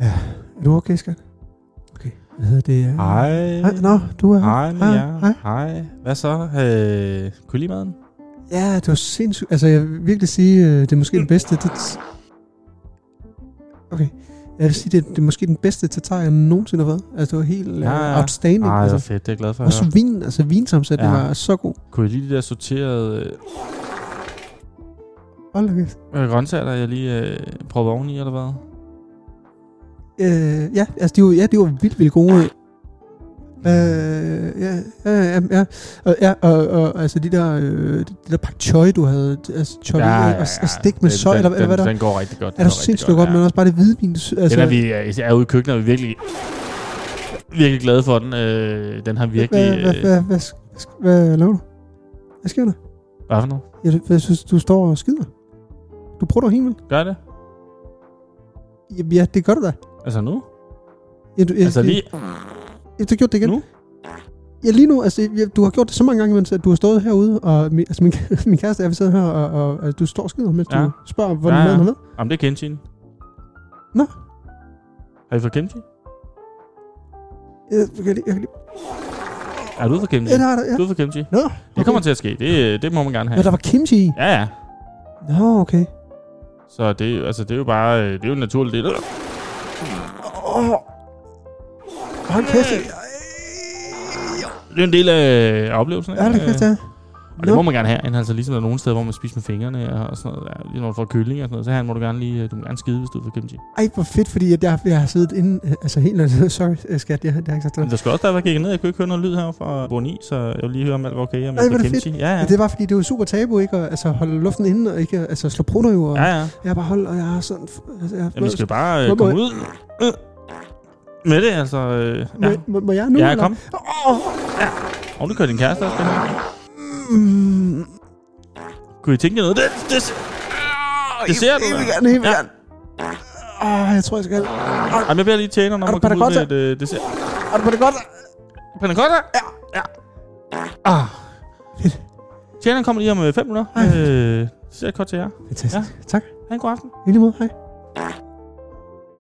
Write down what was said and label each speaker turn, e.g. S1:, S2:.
S1: Ja.
S2: Er du okay, skat? Okay. Hvad hedder det? øh?
S1: Hej.
S2: Hej. Nå, du er her.
S1: Hej,
S2: Hej,
S1: ja.
S2: hej.
S1: Hej. Hvad så? Øh, kunne I lide maden?
S2: Ja, det var sindssygt. Altså, jeg vil virkelig sige, øh, det er måske den bedste. Det okay. Jeg vil sige, det, det er måske den bedste tatar, jeg nogensinde har været. Altså, det var helt ja,
S1: Ja,
S2: ja.
S1: ja.
S2: outstanding.
S1: Ej,
S2: altså.
S1: hvor fedt. Det er jeg glad for at
S2: Også
S1: høre.
S2: vin, altså vinsamsætning ja.
S1: Ja.
S2: var så god.
S1: Kunne I lide de der sorterede
S2: Hold da kæft.
S1: øh, grøntsager, der jeg lige øh, prøvede oven i, eller hvad?
S2: Øh, ja, altså, de var, ja, de var vildt, vildt gode. Øh, ja, ja, ja, ja. Og, ja, og, og altså de der, øh, det der pak choi, du havde, altså choi ja, ja, ja, og, og stik med
S1: Den-
S2: søj,
S1: den-
S2: eller, eller hvad
S1: den-
S2: der
S1: Den går rigtig godt.
S2: er der
S1: Den går rigtig
S2: sindssygt godt,
S1: ja.
S2: men også bare det hvide vin, du sy- altså,
S1: Den er vi øh, er ude i køkkenet, og vi er virkelig, virkelig glade for den. Øh, den har virkelig...
S2: Hvad, hvad,
S1: øh,
S2: hvad, hvad, sk- hvad laver du? Hvad sker der?
S1: hvad for noget?
S2: Jeg, jeg synes, du står og skider. Du prutter helt vildt.
S1: Gør jeg det?
S2: Jamen, Ja, det gør du da.
S1: Altså nu?
S2: Ja, du, jeg,
S1: Altså lige...
S2: Jeg, jeg, du har gjort det igen.
S1: Nu?
S2: Ja, lige nu. Altså, jeg, du har gjort det så mange gange, mens at du har stået herude, og min, altså, min, min kæreste er ved siden her, og, og altså, du står og skider, mens ja.
S1: Ja.
S2: du spørger, hvordan
S1: Ja,
S2: ja,
S1: ja.
S2: maden har været.
S1: Jamen, det er kimchi.
S2: Nå.
S1: Har I fået kimchi?
S2: Jeg, jeg, kan lige- jeg, kan lige-
S1: Er du ude for kimchi?
S2: ja, der er der, ja.
S1: Du er ude for kimchi.
S2: Nå,
S1: Mm. Det kommer til at ske. Det, det må man gerne
S2: Nå,
S1: have.
S2: der var kimchi i.
S1: Ja, ja.
S2: Nå, okay.
S1: Så det, altså, det er jo bare... øh, Det er jo en naturlig del.
S2: Åh. Hold kæft. jeg-
S1: Øh. Det er jo en del af oplevelsen.
S2: Ja, det kæft,
S1: Øh,
S2: ja.
S1: Og det
S2: Nå.
S1: må man gerne have. Han altså ligesom der er nogle steder, hvor man spiser med fingrene og- og sådan noget. Ja, lige når du får kylling og sådan noget, så her må du gerne lige, øh, du må gerne skide, hvis du får kimchi.
S2: Ej, hvor fedt, fordi at jeg, jeg har siddet inde... øh, Altså, helt... nødt- Sorry, øh, skat, jeg, jeg har ikke sagt det.
S1: Men der skal også der være kigget ned. Jeg kunne ikke høre noget lyd her fra Bruni, så jeg vil lige høre, om alt var okay. Om
S2: Ej,
S1: jeg
S2: hvor er
S1: fik
S2: det
S1: kimchi. Ja, ja.
S2: Ja. Det var fordi, det var super tabu, ikke? Og, altså, holde luften inde, og ikke altså, slå prutter jo. Og
S1: Ja, ja.
S2: Jeg bare holdt, og jeg er sådan... f- Altså, jeg,
S1: Jamen, du skal jo bare
S2: Må-
S1: øh,
S2: må-
S1: komme ud øh, med det, altså. Øh,
S2: må,
S1: ja.
S2: må, må, jeg nu?
S1: Ja,
S2: eller?
S1: kom.
S2: Åh,
S1: Og du kører din kæreste også, det her.
S2: mm,
S1: Kunne I tænke jer noget? Det, det, det ser du,
S2: Jeg vil
S1: da.
S2: gerne, jeg vil
S1: Ja.
S2: gerne. Åh, jeg tror, jeg skal...
S1: Jamen, jeg beder lige tjeneren
S2: Er
S1: om
S2: du
S1: at komme ud
S2: panacotta?
S1: med et øh, dessert.
S2: Er du på det godt?
S1: Panna cotta? Ja. ja. Ah.
S2: Fedt.
S1: Tjeneren kommer lige om 5 minutter.
S2: Ej,
S1: Øh, dessert godt til jer.
S2: Fantastisk. Ja. Tak.
S1: Ha' en god aften.
S2: I lige måde. Hej.